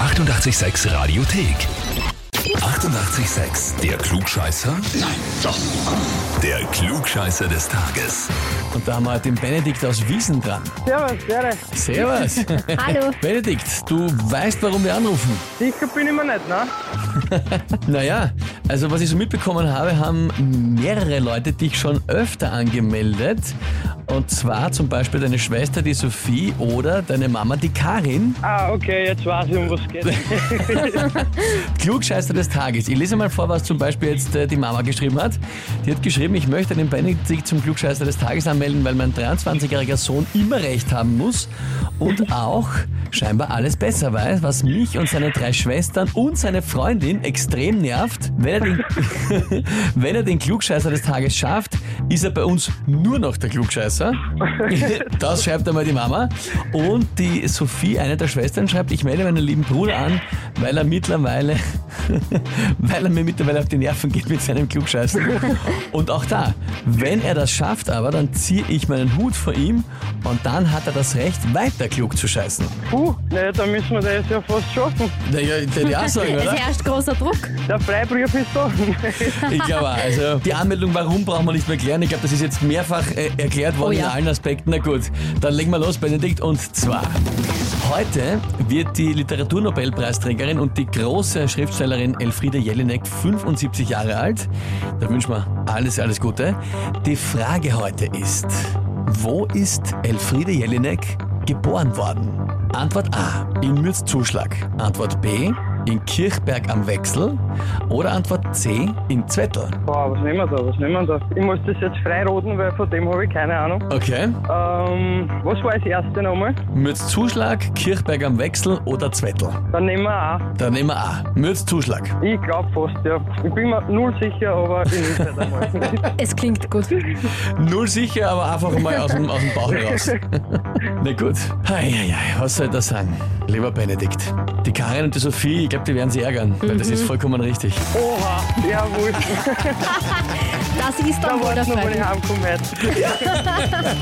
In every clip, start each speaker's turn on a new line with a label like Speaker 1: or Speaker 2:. Speaker 1: 886 Radiothek. 88,6. Der Klugscheißer? Nein, doch. Der Klugscheißer des Tages.
Speaker 2: Und da haben wir den Benedikt aus Wiesen dran.
Speaker 3: Servus, Servus.
Speaker 2: Servus.
Speaker 4: Hallo.
Speaker 2: Benedikt, du weißt, warum wir anrufen.
Speaker 3: Sicher bin ich mir nicht, ne?
Speaker 2: Naja, also was ich so mitbekommen habe, haben mehrere Leute dich schon öfter angemeldet. Und zwar zum Beispiel deine Schwester, die Sophie, oder deine Mama, die Karin.
Speaker 3: Ah, okay, jetzt weiß ich, um was geht.
Speaker 2: Klugscheißer des Tages. Ich lese mal vor, was zum Beispiel jetzt äh, die Mama geschrieben hat. Die hat geschrieben, ich möchte den Benedikt zum Klugscheißer des Tages anmelden, weil mein 23-jähriger Sohn immer recht haben muss und auch scheinbar alles besser weiß, was mich und seine drei Schwestern und seine Freundin extrem nervt. Wenn er den, wenn er den Klugscheißer des Tages schafft, ist er bei uns nur noch der Klugscheißer. Das schreibt einmal die Mama. Und die Sophie, eine der Schwestern, schreibt, ich melde meinen lieben Bruder an, weil er mittlerweile, weil er mir mittlerweile auf die Nerven geht mit seinem Klugscheißen. Und auch da, wenn er das schafft aber, dann ziehe ich meinen Hut vor ihm und dann hat er das Recht, weiter klug zu scheißen.
Speaker 3: Puh, ne, da müssen wir das ja fast schaffen.
Speaker 2: Naja, ich würde ja sagen,
Speaker 4: Es
Speaker 2: oder?
Speaker 4: herrscht großer Druck.
Speaker 3: Der Freibrief ist da.
Speaker 2: Ich glaube auch. Also die Anmeldung, warum brauchen wir nicht mehr klären. Ich glaube, das ist jetzt mehrfach äh, erklärt worden
Speaker 4: Oh ja.
Speaker 2: in allen Aspekten. Na gut, dann legen wir los, Benedikt. Und zwar, heute wird die Literaturnobelpreisträgerin und die große Schriftstellerin Elfriede Jelinek 75 Jahre alt. Da wünschen wir alles, alles Gute. Die Frage heute ist, wo ist Elfriede Jelinek geboren worden? Antwort A. In Mürzzuschlag. Antwort B. In Kirchberg am Wechsel. Oder Antwort C. In Zwettl.
Speaker 3: Boah, was nehmen wir da, was nehmen wir da? Ich muss das jetzt freiroden, weil von dem habe ich keine Ahnung.
Speaker 2: Okay.
Speaker 3: Ähm, was war das erste nochmal?
Speaker 2: Mürzzuschlag, Kirchberg am Wechsel oder Zwettl.
Speaker 3: Dann nehmen wir A.
Speaker 2: Dann nehmen wir A. Mürzzuschlag.
Speaker 3: Ich glaube fast, ja. Ich bin mir null sicher, aber ich nehme es halt einmal.
Speaker 4: Es klingt gut.
Speaker 2: Null sicher, aber einfach mal aus dem, aus dem Bauch heraus. Na gut. Eieiei, was soll ich da sagen? Lieber Benedikt, die Karin und die Sophie, ich glaube, die werden sie ärgern, weil das ist
Speaker 4: Mhm.
Speaker 2: vollkommen richtig.
Speaker 3: Oha, jawohl.
Speaker 4: Das ist
Speaker 3: Da
Speaker 4: dann wohl der
Speaker 3: war's noch, wenn ich
Speaker 4: Freibrief.
Speaker 3: heimkomme heute.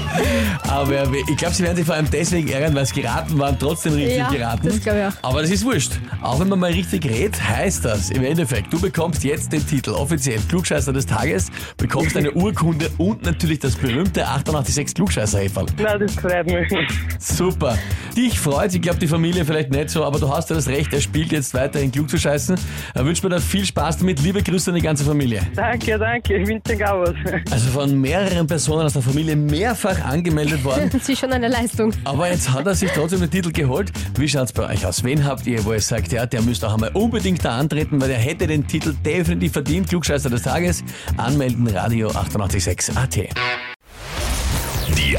Speaker 2: Aber ich glaube, sie werden sich vor allem deswegen ärgern, weil es geraten waren, trotzdem richtig
Speaker 4: Ja,
Speaker 2: geraten.
Speaker 4: das glaub ich auch.
Speaker 2: Aber das ist wurscht. Auch wenn man mal richtig redet, heißt das im Endeffekt, du bekommst jetzt den Titel offiziell Klugscheißer des Tages, bekommst eine Urkunde und natürlich das berühmte 886 klugscheißer -Häferl.
Speaker 3: Nein, das freut mich.
Speaker 2: Super. Dich freut's, ich glaube die Familie vielleicht nicht so, aber du hast ja das Recht, er spielt jetzt weiterhin klug zu scheißen. Er wünscht mir dann viel Spaß damit. Liebe Grüße an die ganze Familie.
Speaker 3: Danke, danke, ich wünsche dir auch was.
Speaker 2: Also von mehreren Personen aus der Familie mehrfach angemeldet worden.
Speaker 4: Das ist schon eine Leistung.
Speaker 2: Aber jetzt hat er sich trotzdem den Titel geholt. Wie schaut's bei euch aus? Wen habt ihr, wo ihr sagt, ja, der müsste auch einmal unbedingt da antreten, weil der hätte den Titel definitiv verdient. Klugscheißer des Tages. Anmelden, Radio 886 AT.
Speaker 1: Die